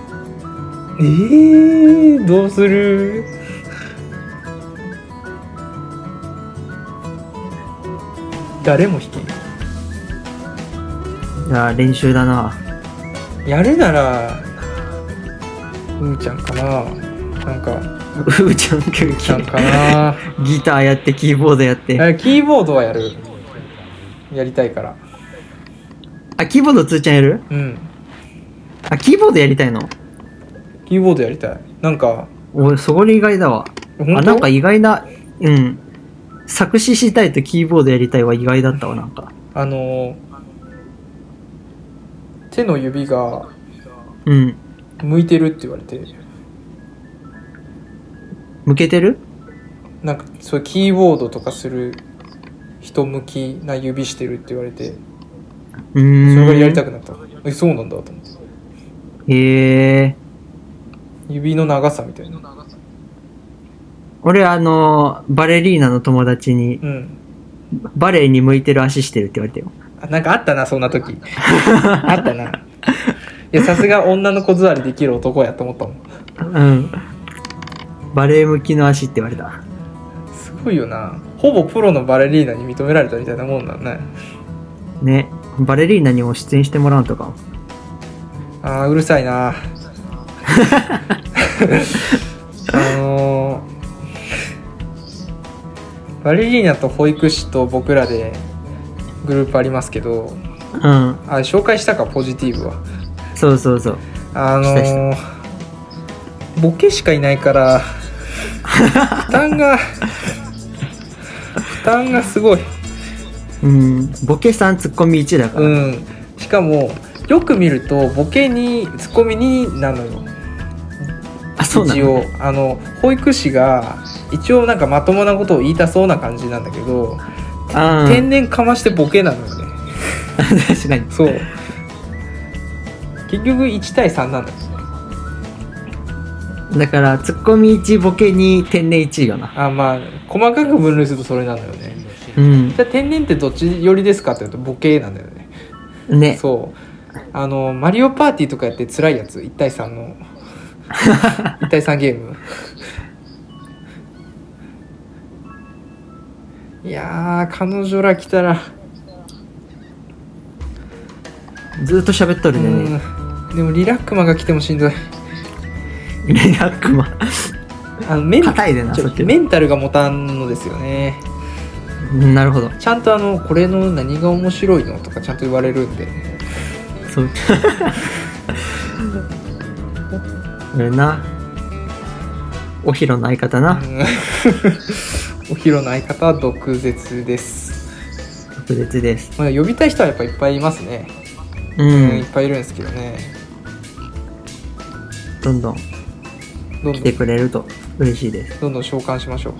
[SPEAKER 2] えー、どうする誰も弾け
[SPEAKER 1] じゃあ練習だな。
[SPEAKER 2] やるならうーちゃんかななんか
[SPEAKER 1] うーちゃん
[SPEAKER 2] うーちゃん かな
[SPEAKER 1] ギターやって、キーボードやって。
[SPEAKER 2] えキーボードはやるやりたいから
[SPEAKER 1] あ、キーボードつーちゃんやる
[SPEAKER 2] うん
[SPEAKER 1] あ、キーボードやりたいの
[SPEAKER 2] キーボードやりたいなんか
[SPEAKER 1] おそこに意外だわ。
[SPEAKER 2] 本当
[SPEAKER 1] あ、なんか意外な、うん。作詞したいとキーボードやりたいは意外だったわ、なんか。
[SPEAKER 2] あのー手の指が
[SPEAKER 1] うん。
[SPEAKER 2] 向いてるって言われて
[SPEAKER 1] 向けてる
[SPEAKER 2] なんかそういうキーボードとかする人向きな指してるって言われて
[SPEAKER 1] う
[SPEAKER 2] そ
[SPEAKER 1] ーん。
[SPEAKER 2] れからやりたくなったえそうなんだと思って
[SPEAKER 1] へえ。
[SPEAKER 2] 指の長さみたいな
[SPEAKER 1] 俺、あの、バレリーナの友達に、
[SPEAKER 2] うん
[SPEAKER 1] バレエに向いてる足してるって言われたよ。
[SPEAKER 2] あなんかあったなそんな時あったないやさすが女の子座りできる男やと思ったもん
[SPEAKER 1] うん。バレエ向きの足って言われた。
[SPEAKER 2] すごいよなほぼプロのバレリーナに認められたみたいなもんなんね
[SPEAKER 1] ね。バレリーナにも出演してもらうとかも。
[SPEAKER 2] あーうるさいなあのー、バレリーナと保育士と僕らでグループありますけど
[SPEAKER 1] うん。
[SPEAKER 2] あ紹介したかポジティブは
[SPEAKER 1] そうそうそう。
[SPEAKER 2] あの
[SPEAKER 1] した
[SPEAKER 2] ー、ボケしかいないから負担が負担がすごい
[SPEAKER 1] うん。ボケさんツッコミ1だから。
[SPEAKER 2] うんしかもよく見るとボケにツッコミ2なのよ
[SPEAKER 1] あ、そうな
[SPEAKER 2] 一
[SPEAKER 1] の
[SPEAKER 2] 応あの保育士が一応なんかまともなことを言いたそうな感じなんだけど、
[SPEAKER 1] あー
[SPEAKER 2] 天然かましてボケなのよね
[SPEAKER 1] 確かに。
[SPEAKER 2] そう結局1対3なんだよ
[SPEAKER 1] だから、ツッコミ1、ボケ2、天然1よな。
[SPEAKER 2] あまあ細かく分類するとそれなのよね
[SPEAKER 1] うん。
[SPEAKER 2] じゃあ天然ってどっち寄りですかって言うとボケなんだよね
[SPEAKER 1] ね。
[SPEAKER 2] そうあのマリオパーティーとかやって辛いやつ1対3の 1対3ゲームいやー彼女ら来たら
[SPEAKER 1] ずーっと喋っと
[SPEAKER 2] う
[SPEAKER 1] るでね。
[SPEAKER 2] んでもリラックマが来てもしんどい
[SPEAKER 1] リ ラックマ。
[SPEAKER 2] あのメン
[SPEAKER 1] 硬いでな、
[SPEAKER 2] ちょ
[SPEAKER 1] そっち。
[SPEAKER 2] メンタルが持たんのですよね
[SPEAKER 1] うんなるほど。
[SPEAKER 2] ちゃんとあのこれの何が面白いのとかちゃんと言われるんで
[SPEAKER 1] そう。それな。おひろの相方な。
[SPEAKER 2] うんお昼の相方は毒舌です、
[SPEAKER 1] 特別です。
[SPEAKER 2] まあ、呼びたい人はやっぱいっぱいいますね、
[SPEAKER 1] う
[SPEAKER 2] うん
[SPEAKER 1] ん
[SPEAKER 2] いっ。ぱいいるんですけどね
[SPEAKER 1] どんどん
[SPEAKER 2] どんど
[SPEAKER 1] 来
[SPEAKER 2] ん
[SPEAKER 1] てくれると嬉しいです。
[SPEAKER 2] どんどん召喚しましょ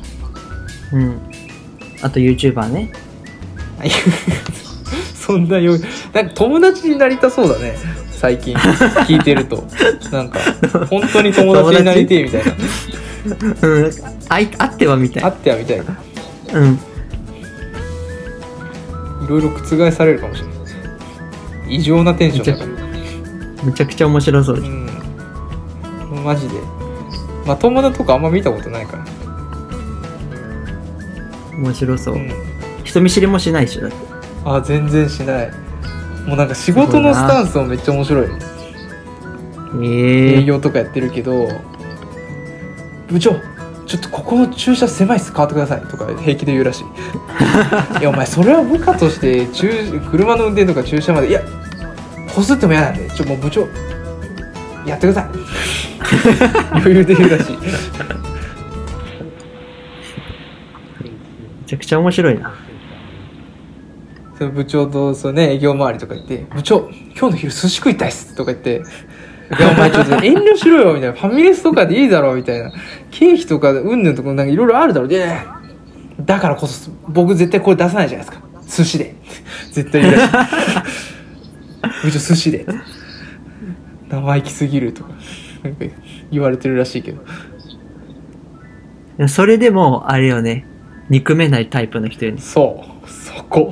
[SPEAKER 2] う
[SPEAKER 1] うん。あと YouTuber ね。
[SPEAKER 2] はい そんなよなんか友達になりたそうだね最近聞いてるとなんか本当に友達になりてえみたい な
[SPEAKER 1] うん。あい、あってはみた
[SPEAKER 2] 会
[SPEAKER 1] い。
[SPEAKER 2] ってはみたいな
[SPEAKER 1] うん。
[SPEAKER 2] いろいろ覆されるかもしれない異常なテンションだから
[SPEAKER 1] めちゃくちゃ面白そう。
[SPEAKER 2] うんマジでまともなとこあんま見たことないから
[SPEAKER 1] 面白そうう。
[SPEAKER 2] ん
[SPEAKER 1] 人見知りもしないでしょ、だって。
[SPEAKER 2] あ全然しないもうなんか仕事のスタンスもめっちゃ面白い
[SPEAKER 1] ええ
[SPEAKER 2] 営業とかやってるけど「部長ちょっとここの駐車狭いっす変わってください」とか平気で言うらしいいやお前それは部下として駐車の運転とか駐車までいやこすっても嫌なんでちょもう部長やってください余裕で言うらしい
[SPEAKER 1] めちゃくちゃ面白いな。
[SPEAKER 2] その部長とそのね営業回りとか言って「部長今日の昼寿司食いたいっす」とか言って「いやお前ちょっと遠慮しろよ」みたいな「ファミレスとかでいいだろ」みたいな経費とかうんぬんとかなんかいろいろあるだろうでだからこそ僕絶対これ出さないじゃないですか寿司で絶対言うらしい 部長寿司で生意気すぎるとかなんか言われてるらしいけど
[SPEAKER 1] でもそれでも、あれよね。憎めないタイプの人よね。
[SPEAKER 2] そうそこ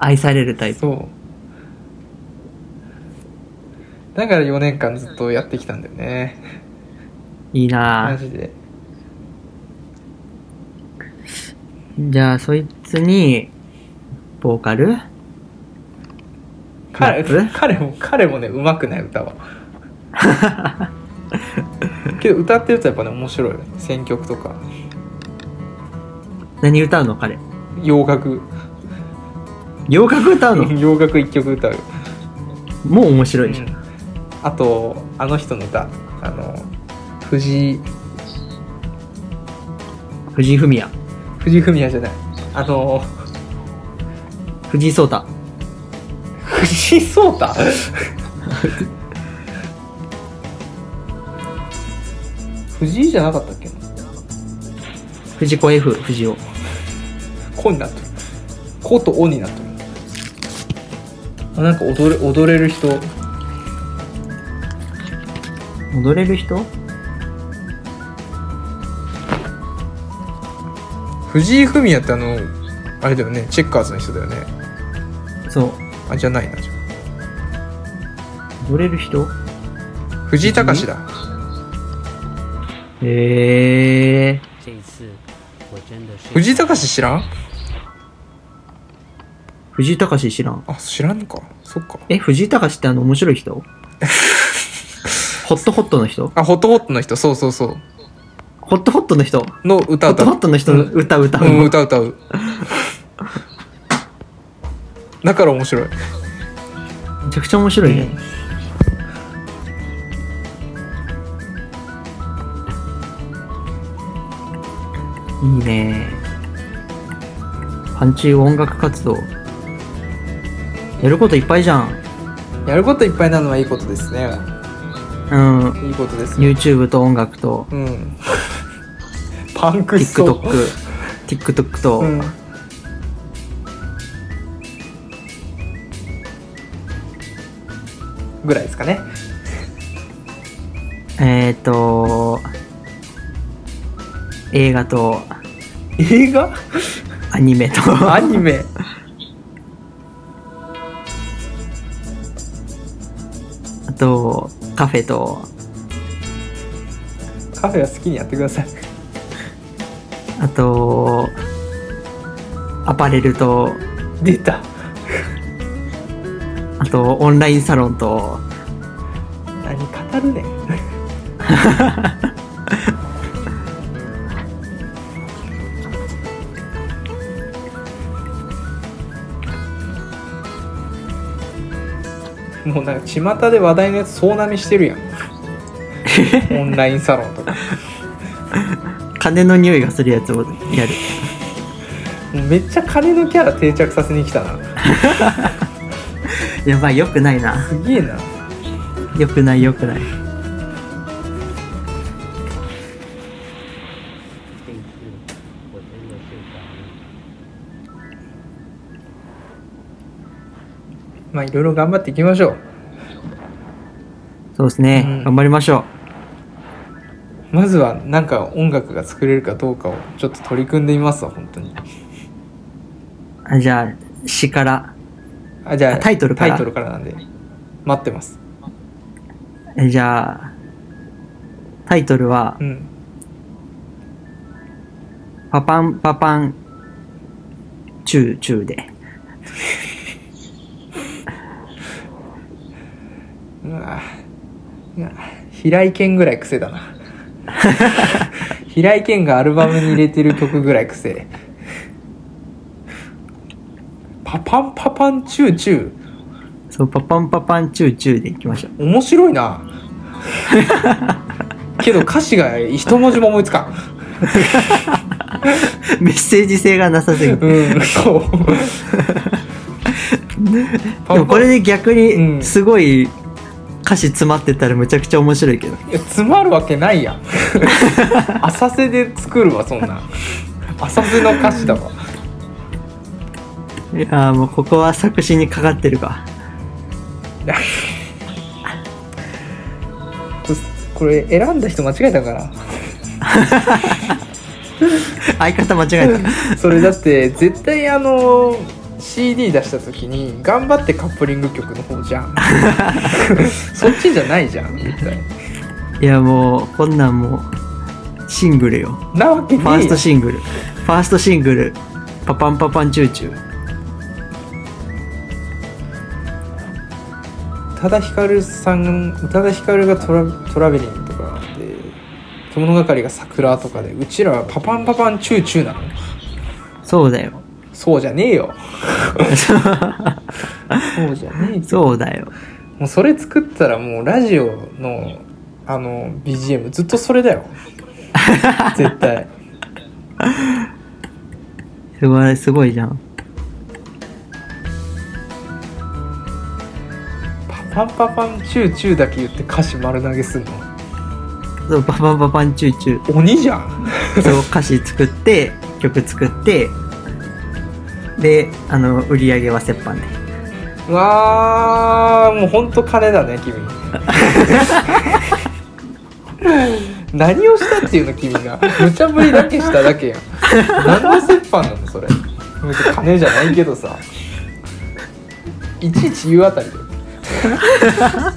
[SPEAKER 1] 愛されるタイプ。
[SPEAKER 2] そうだから4年間ずっとやってきたんだよね
[SPEAKER 1] いいな
[SPEAKER 2] マ
[SPEAKER 1] ぁ。
[SPEAKER 2] ジで
[SPEAKER 1] じゃあ、そいつに、ボーカルラ
[SPEAKER 2] 彼
[SPEAKER 1] ッ
[SPEAKER 2] 彼も彼もねうまくない 歌はけど歌ってるとやっぱね面白いよね選曲とか
[SPEAKER 1] 何歌うの彼。
[SPEAKER 2] 洋楽
[SPEAKER 1] 洋楽歌うの
[SPEAKER 2] 洋楽一曲歌う、
[SPEAKER 1] もう面白いでしょ。
[SPEAKER 2] あとあの人の歌あの藤井
[SPEAKER 1] 藤井フミヤ。
[SPEAKER 2] 藤井フミヤじゃないあの
[SPEAKER 1] 藤井聡太。
[SPEAKER 2] 藤井聡太藤井じゃなかったっけな
[SPEAKER 1] 藤子 F 藤尾。
[SPEAKER 2] こになっとるこうとおになっとるあなんか踊れ踊れる人
[SPEAKER 1] 踊れる人
[SPEAKER 2] 藤井フミヤってあのあれだよねチェッカーズの人だよね
[SPEAKER 1] そう。
[SPEAKER 2] あじゃないなじゃ
[SPEAKER 1] 踊れる人
[SPEAKER 2] あ藤井隆だ
[SPEAKER 1] へえ。
[SPEAKER 3] 这一次我真的是
[SPEAKER 2] 藤井隆知らん
[SPEAKER 1] 藤井隆知らん。
[SPEAKER 2] あ知らんのかそっか
[SPEAKER 1] え、藤井隆ってあの面白い人 ホットホットの人
[SPEAKER 2] あホットホットの人そうそうそ
[SPEAKER 1] ホットホットの人
[SPEAKER 2] うの歌
[SPEAKER 1] ホッ
[SPEAKER 2] 歌
[SPEAKER 1] ト
[SPEAKER 2] う
[SPEAKER 1] ホットの人の歌歌う
[SPEAKER 2] うん
[SPEAKER 1] の、
[SPEAKER 2] 歌う歌 うだから面白い
[SPEAKER 1] めちゃくちゃ面白いね。いいね。パンチュー音楽活動。やることいっぱいじゃん。
[SPEAKER 2] やることいっぱいなのはいいことですね
[SPEAKER 1] うん。
[SPEAKER 2] いいことですね
[SPEAKER 1] YouTube と音楽と、
[SPEAKER 2] うんパンクしそう
[SPEAKER 1] TikTok、TikTok と、
[SPEAKER 2] うんぐらいですかね
[SPEAKER 1] えっ、ー、と、映画と、
[SPEAKER 2] 映画
[SPEAKER 1] アニメと、
[SPEAKER 2] アニメ
[SPEAKER 1] あと、カフェと、
[SPEAKER 2] カフェは好きにやってください
[SPEAKER 1] あと、アパレルと、
[SPEAKER 2] 出た
[SPEAKER 1] あと、オンラインサロンと、
[SPEAKER 2] 何語るねんもうなんか巷で話題のやつ総なめしてるやんオンラインサロンとか
[SPEAKER 1] 金の匂いがするやつをやる。
[SPEAKER 2] めっちゃ金のキャラ定着させに来たな
[SPEAKER 1] やばい、よくないな。
[SPEAKER 2] すげえな
[SPEAKER 1] よくない、よくない。
[SPEAKER 2] ま
[SPEAKER 3] 这一次我真的睡着了。
[SPEAKER 2] あいろいろ頑張っていきましょう
[SPEAKER 1] そうですね。
[SPEAKER 2] うん
[SPEAKER 1] 頑張りましょ
[SPEAKER 2] まずはなんか音楽が作れるかどうかをちょっと取り組んでみますわ本当に
[SPEAKER 1] う。あじゃあ、詩から。
[SPEAKER 2] あじゃあ
[SPEAKER 1] あタイトルから
[SPEAKER 2] タイトルからなんで待ってます
[SPEAKER 1] えじゃあ、タイトルは
[SPEAKER 2] う、ん
[SPEAKER 1] パパンパパン、チューチューで。
[SPEAKER 2] うわぁうわぁ平井堅ぐらい癖だ な平井堅がアルバムに入れてる曲ぐらい癖パパンパパンチューチュー
[SPEAKER 1] そう、パパンパパンチューチューでいきましょう。
[SPEAKER 2] 面白 いなけど歌詞が一文字も思いつかん
[SPEAKER 1] メッセージ性がなさすぎて。
[SPEAKER 2] うんそう
[SPEAKER 1] でもこれ
[SPEAKER 2] い
[SPEAKER 1] で逆
[SPEAKER 2] う
[SPEAKER 1] に
[SPEAKER 2] ん
[SPEAKER 1] すごい歌詞詰まってたらむちゃくちゃ面白いけど。
[SPEAKER 2] や詰まるわけな いやん浅瀬で作るわそんなん浅瀬の歌詞だわ
[SPEAKER 1] いやーもうここは作詞にかかってるか。
[SPEAKER 2] ちょっとこれ選んだ人間違えたか な
[SPEAKER 1] 相方間違えた。
[SPEAKER 2] それだって絶対あの CD 出した時に頑張ってカップリング曲の方じゃ んそっちじゃないじゃん絶対
[SPEAKER 1] いやもうこんなんもうシングルよ。
[SPEAKER 2] なわけね
[SPEAKER 1] ファー
[SPEAKER 2] え
[SPEAKER 1] ス
[SPEAKER 2] よ
[SPEAKER 1] トシングル。ファーストシングル。パパンパパンチューチュー。
[SPEAKER 2] 宇多田ヒカルさん宇多田ヒカルがトラトラベリンとかで友の係が桜とかでうちらはパパンパパンチューチューなの
[SPEAKER 1] そう だよ。
[SPEAKER 2] そうじゃねえよそうじゃねえよ
[SPEAKER 1] そうだよ。
[SPEAKER 2] もうそれ作ったらもうラジオのあの BGM ずっとそれだよ絶対
[SPEAKER 1] すごい、すごいじゃん。
[SPEAKER 2] パパンパパンチューチューだけ言って歌詞丸投げすんの
[SPEAKER 1] そう、パパンパパンチューチュー。
[SPEAKER 2] 鬼じゃん
[SPEAKER 1] そう、歌詞作って、曲作って、で、あの、売り上げは折半で。
[SPEAKER 2] うわーもうほんと金だね 君何をしたっていうの君が無茶ぶりだけしただけやん何の折半なのそれ別に金じゃないけどさいちいち言うあたり だよ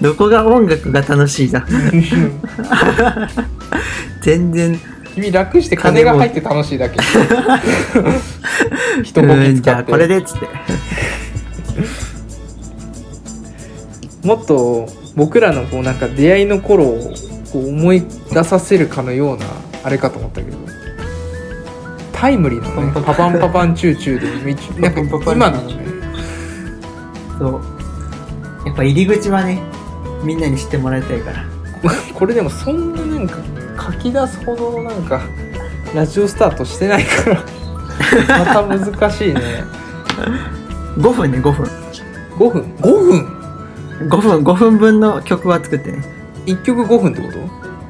[SPEAKER 1] どこが音楽が楽しいだ全然、
[SPEAKER 2] 君楽して金が入って楽しいだけ一ボ
[SPEAKER 1] う
[SPEAKER 2] ケ
[SPEAKER 1] ん、じ
[SPEAKER 2] 使
[SPEAKER 1] ゃ
[SPEAKER 2] っ
[SPEAKER 1] あこれ
[SPEAKER 2] て
[SPEAKER 1] でっつって。
[SPEAKER 2] もっと僕らのこうなんか出会いの頃をこう思い出させるかのようなあれかと思ったけどタイムリーなのねパパンパパンチューチュ ーでなんか今なのね
[SPEAKER 1] そう。やっぱ入り口はね、みんなに知ってもらいたいから。
[SPEAKER 2] これでもそんななんか書き出すほどのなんかラジオスタートしてないからまた難しいね
[SPEAKER 1] 5分ね、5分。
[SPEAKER 2] 5分5分
[SPEAKER 1] 5分、5分分の曲は作ってね。
[SPEAKER 2] 1曲5分ってこ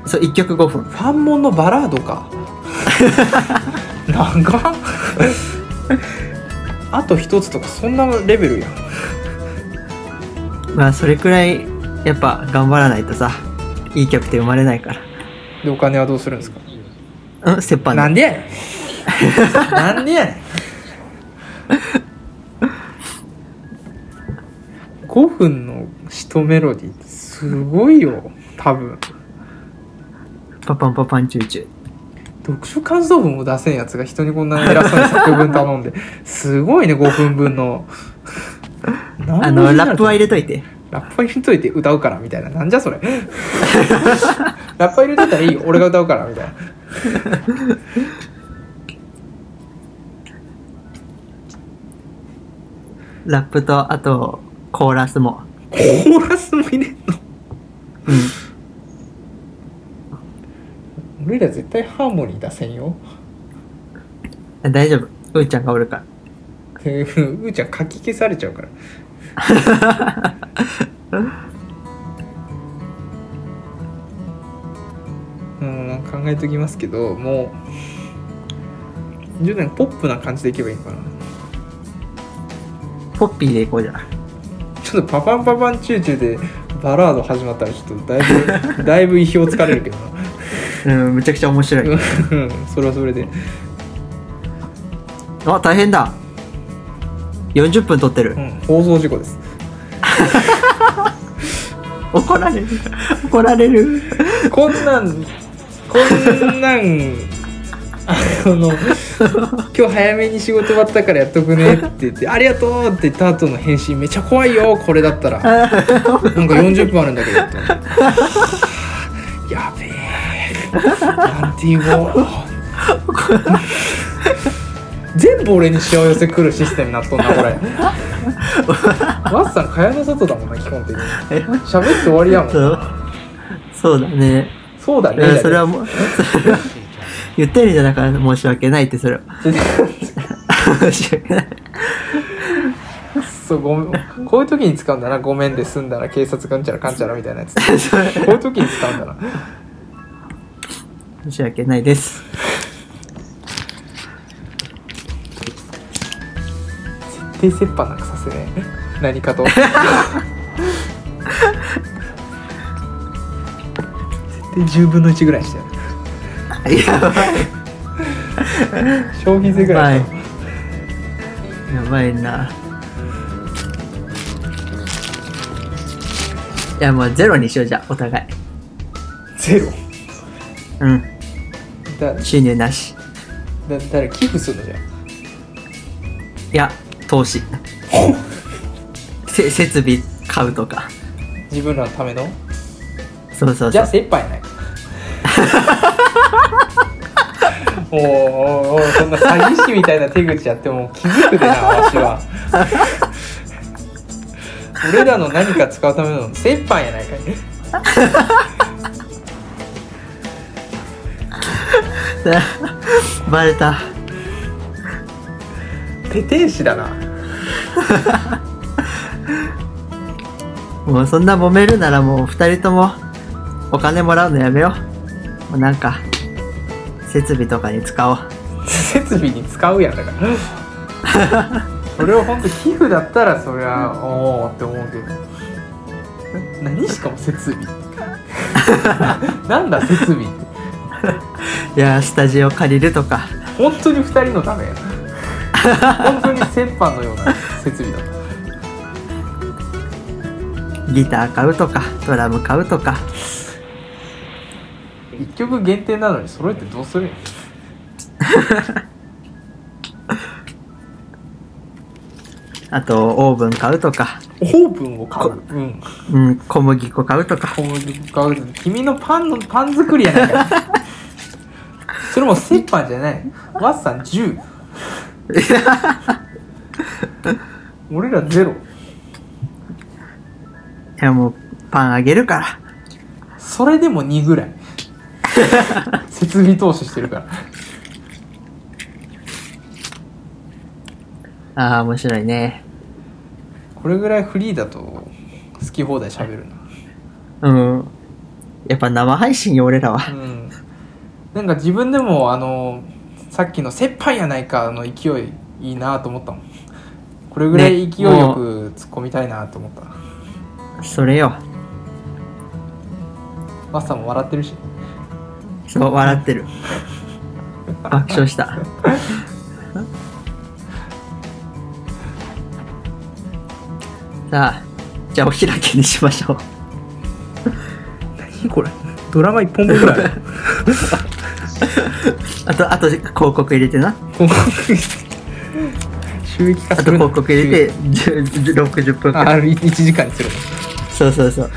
[SPEAKER 2] と
[SPEAKER 1] そう、1曲5分。
[SPEAKER 2] ファンモンのバラードか長っあと一つとかそんなレベルやん
[SPEAKER 1] まあ、それくらい、やっぱ頑張らないとさ、いい曲って生まれないか。
[SPEAKER 2] でお金はどうするんですから
[SPEAKER 1] うん、折半で。
[SPEAKER 2] なんでやねん なんでやねん5分の一メロディーってすごいよ多分
[SPEAKER 1] パパンパパンチューチュー。
[SPEAKER 2] 読書感想文も出せんやつが人にこんな偉そうに作文頼んですごいね5分分の
[SPEAKER 1] あ
[SPEAKER 2] 何
[SPEAKER 1] の、
[SPEAKER 2] 字な
[SPEAKER 1] ラップは入れといて。
[SPEAKER 2] ラッパ入れといて歌うからみたいな。なんじゃそれ。 ラッパ入れといたらいいよ。俺が歌うからみたいな。
[SPEAKER 1] ラップと、あと、コーラスも。
[SPEAKER 2] コーラスも入れん
[SPEAKER 1] う
[SPEAKER 2] の
[SPEAKER 1] ん。
[SPEAKER 2] 俺ら絶対ハーモニー出せんよ
[SPEAKER 1] 大丈夫。うーちゃんがおるか
[SPEAKER 2] うーちゃんかき消されちゃうから
[SPEAKER 1] ら。
[SPEAKER 2] うん考えときますけどもう10年ポップな感じでいけばいいのかな
[SPEAKER 1] ポッピーで行こうじゃん。
[SPEAKER 2] ちょっとパパンパパンチューチューでバラード始まったらちょっとだいぶだいぶ意表をつかれるけどな
[SPEAKER 1] うん、むちゃくちゃ面白い。
[SPEAKER 2] うんそれはそれで
[SPEAKER 1] あ、大変だ。40分撮ってる
[SPEAKER 2] う。ん放送事故です
[SPEAKER 1] 怒られる。怒られる。
[SPEAKER 2] こんなんこんなんあの今日早めに仕事終わったからやっとくねって言って「ありがとう!」って言った後の返信めっちゃ怖いよこれ だったらなんか40分あるんだけどって思って やべえなん て言おう全部俺にしわ寄せ来るシステムになっとんなこれワッさん蚊帳の外だもんな基本的に
[SPEAKER 1] え
[SPEAKER 2] 喋って終わりやもん
[SPEAKER 1] そうそうだね。
[SPEAKER 2] そうだね
[SPEAKER 1] うんそれはもう、
[SPEAKER 3] 睡着。
[SPEAKER 1] 言ってるんじゃなから申し訳ないって、それは。 申し訳ない。
[SPEAKER 2] そうごめんこういう時に使うんだな「ごめん」で済んだら警察がうんちゃらかんちゃらみたいなやつこ
[SPEAKER 1] そう
[SPEAKER 2] いう
[SPEAKER 1] れ
[SPEAKER 2] 時に使うんだな
[SPEAKER 1] 申し訳ないです。
[SPEAKER 2] 絶対折半なんかさせねえ何かと絶対10分の1ぐらいしてやる
[SPEAKER 1] やば
[SPEAKER 2] 消費税
[SPEAKER 1] い。
[SPEAKER 2] ぐ
[SPEAKER 1] やば
[SPEAKER 2] らい
[SPEAKER 1] い
[SPEAKER 2] し。
[SPEAKER 1] やばいな。いや、もうゼロにしようじゃあ、お互い。
[SPEAKER 2] ゼロ
[SPEAKER 1] うん。
[SPEAKER 2] だ
[SPEAKER 1] 収入なし。
[SPEAKER 2] だ誰寄付するのじゃん
[SPEAKER 1] いや、投資。せ設備買うとか。
[SPEAKER 2] 自分らのための
[SPEAKER 1] そうそうそ
[SPEAKER 2] じゃ
[SPEAKER 1] う
[SPEAKER 2] あ。折半やない おーおーおーそんな詐欺師みたいな手口やっても気づくでなわしは 俺らの何か使うための折半やないかい
[SPEAKER 1] バレた。
[SPEAKER 2] ペテン師だな
[SPEAKER 1] もうそんな揉めるならもう二人ともお金もらうのやめよう。もうなんか、設備とかに使おう。
[SPEAKER 2] 設備に使うやんだからそれを本当寄付だったらそりゃおおって思うけど何しかも設備 なんだ設備って
[SPEAKER 1] いや、スタジオ借りるとか。
[SPEAKER 2] 本当に二人のため本当に折半のような設備だった
[SPEAKER 1] ギター買うとか、ドラム買うとか。
[SPEAKER 2] 一曲限定なのに揃えてどうするんや
[SPEAKER 1] あと、オーブン買うとか。
[SPEAKER 2] オーブンを買う、うん、
[SPEAKER 1] うん、小麦粉買うとか。
[SPEAKER 2] 小麦粉買う君のパンのパン作りやないかそれも折半じゃないワッさん10俺らゼロ
[SPEAKER 1] いや、もう、パンあげるから。
[SPEAKER 2] それでも2ぐら い設備投資してるから
[SPEAKER 1] ああ、面白いね。
[SPEAKER 2] これぐらいフリーだと好き放題喋るな
[SPEAKER 1] うん。やっぱ生配信よ、俺らは。
[SPEAKER 2] うんなんか自分でもあのさっきの「折半やないか」の勢いいいなと思ったもんこれぐらい勢いよく突っ込みたいなと思った、
[SPEAKER 1] それよ。
[SPEAKER 2] マスターも笑ってるし
[SPEAKER 1] そう、笑ってる。爆笑した。さあ、じゃあお開きにしましょう。
[SPEAKER 2] 何これドラマ1本分ぐらい
[SPEAKER 1] あと、あと広告入れてな。
[SPEAKER 2] 収益化
[SPEAKER 1] あと
[SPEAKER 2] するの
[SPEAKER 1] 広告入れて、10 60分
[SPEAKER 2] あ
[SPEAKER 1] 間。
[SPEAKER 2] 1時間にする
[SPEAKER 1] そうそうそう。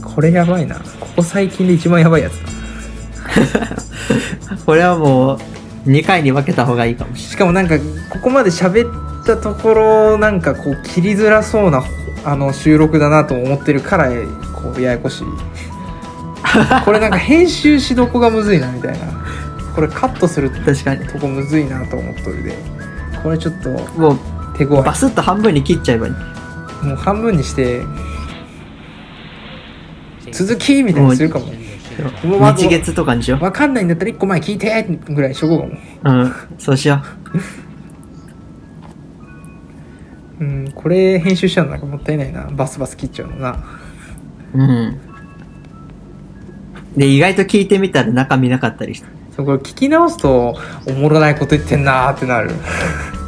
[SPEAKER 2] のこれやばいなここ最近で一番やばいやつだ
[SPEAKER 1] これはもう、2回に分けた方がいいかもし
[SPEAKER 2] しかもなんかここまで喋ったところなんかこう切りづ らそうなあの収録だなと思ってるからこうややこしいこれなんか編集しどこがむずいなみたいなこれカットする
[SPEAKER 1] 確かに。
[SPEAKER 2] とこむずいなと思っとるでこれちょっと
[SPEAKER 1] もう、
[SPEAKER 2] 手強い
[SPEAKER 1] バスッと半分に切っちゃえばいい。
[SPEAKER 2] もう半分にして続
[SPEAKER 3] き
[SPEAKER 2] きみたいにするかももうまず
[SPEAKER 1] 日月とかにしよ
[SPEAKER 2] わかんないんだったら1個前聞いてぐらいしとこうかも
[SPEAKER 1] う。うん。そうしよ
[SPEAKER 2] うんこれ編集しちゃうのなんかもったいないなバスバス切っちゃうのな
[SPEAKER 1] う。うん。で、意外と聞いてみたら中身なかったりして。
[SPEAKER 2] そうこれ聞き直すとおもろないこと言ってんなーってなる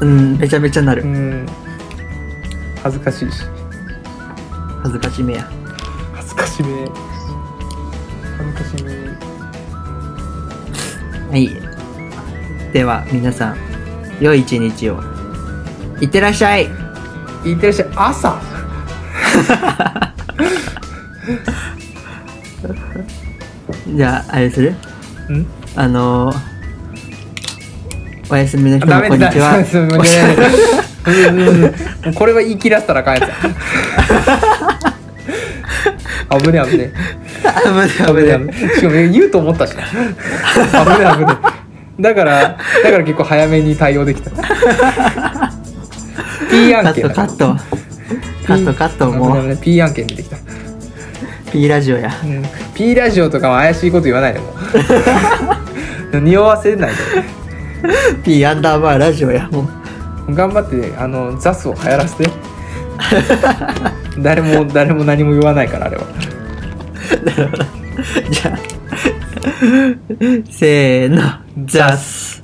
[SPEAKER 1] うん、めちゃめちゃな
[SPEAKER 2] う
[SPEAKER 1] る。
[SPEAKER 2] ん恥ずかしいし
[SPEAKER 1] 恥ずかしめや。
[SPEAKER 2] 恥ずかしめ恥ずかしめ
[SPEAKER 1] はい。では、皆さん、良い一日を。いってらっしゃい
[SPEAKER 2] いってらっしゃい朝
[SPEAKER 1] じゃあ、あれする
[SPEAKER 2] ん
[SPEAKER 1] あのー、おやすみの人
[SPEAKER 2] ダ
[SPEAKER 1] も
[SPEAKER 2] メ
[SPEAKER 1] こんに
[SPEAKER 2] だ
[SPEAKER 1] ちは。
[SPEAKER 2] そうそう
[SPEAKER 1] おやすみ
[SPEAKER 2] うんうん うんもうこれは言い切らせたらあかんや つや危ね危ね
[SPEAKER 1] あ
[SPEAKER 2] 危
[SPEAKER 1] 危ない危ない
[SPEAKER 2] ね危ねしかも言うと思ったしな危ね危ねだからだから結構早めに対応 できた P
[SPEAKER 1] カ
[SPEAKER 2] 案
[SPEAKER 1] ッ
[SPEAKER 2] 件
[SPEAKER 1] ト
[SPEAKER 2] だか
[SPEAKER 1] カ
[SPEAKER 2] ら
[SPEAKER 1] ット。カットカット、
[SPEAKER 2] P-
[SPEAKER 1] も
[SPEAKER 2] 危
[SPEAKER 1] う、
[SPEAKER 2] ね危ね P 案件出てきた、
[SPEAKER 1] P ラジオや。
[SPEAKER 2] うん P ラジオとかも怪しいこと言わないでもう 匂わせないで
[SPEAKER 1] P アンダーバーラジオや。もう、
[SPEAKER 2] 頑張ってあのザスを流行らせ て誰も誰も何も言わないからあれは
[SPEAKER 1] じゃあ、せーの、ザス。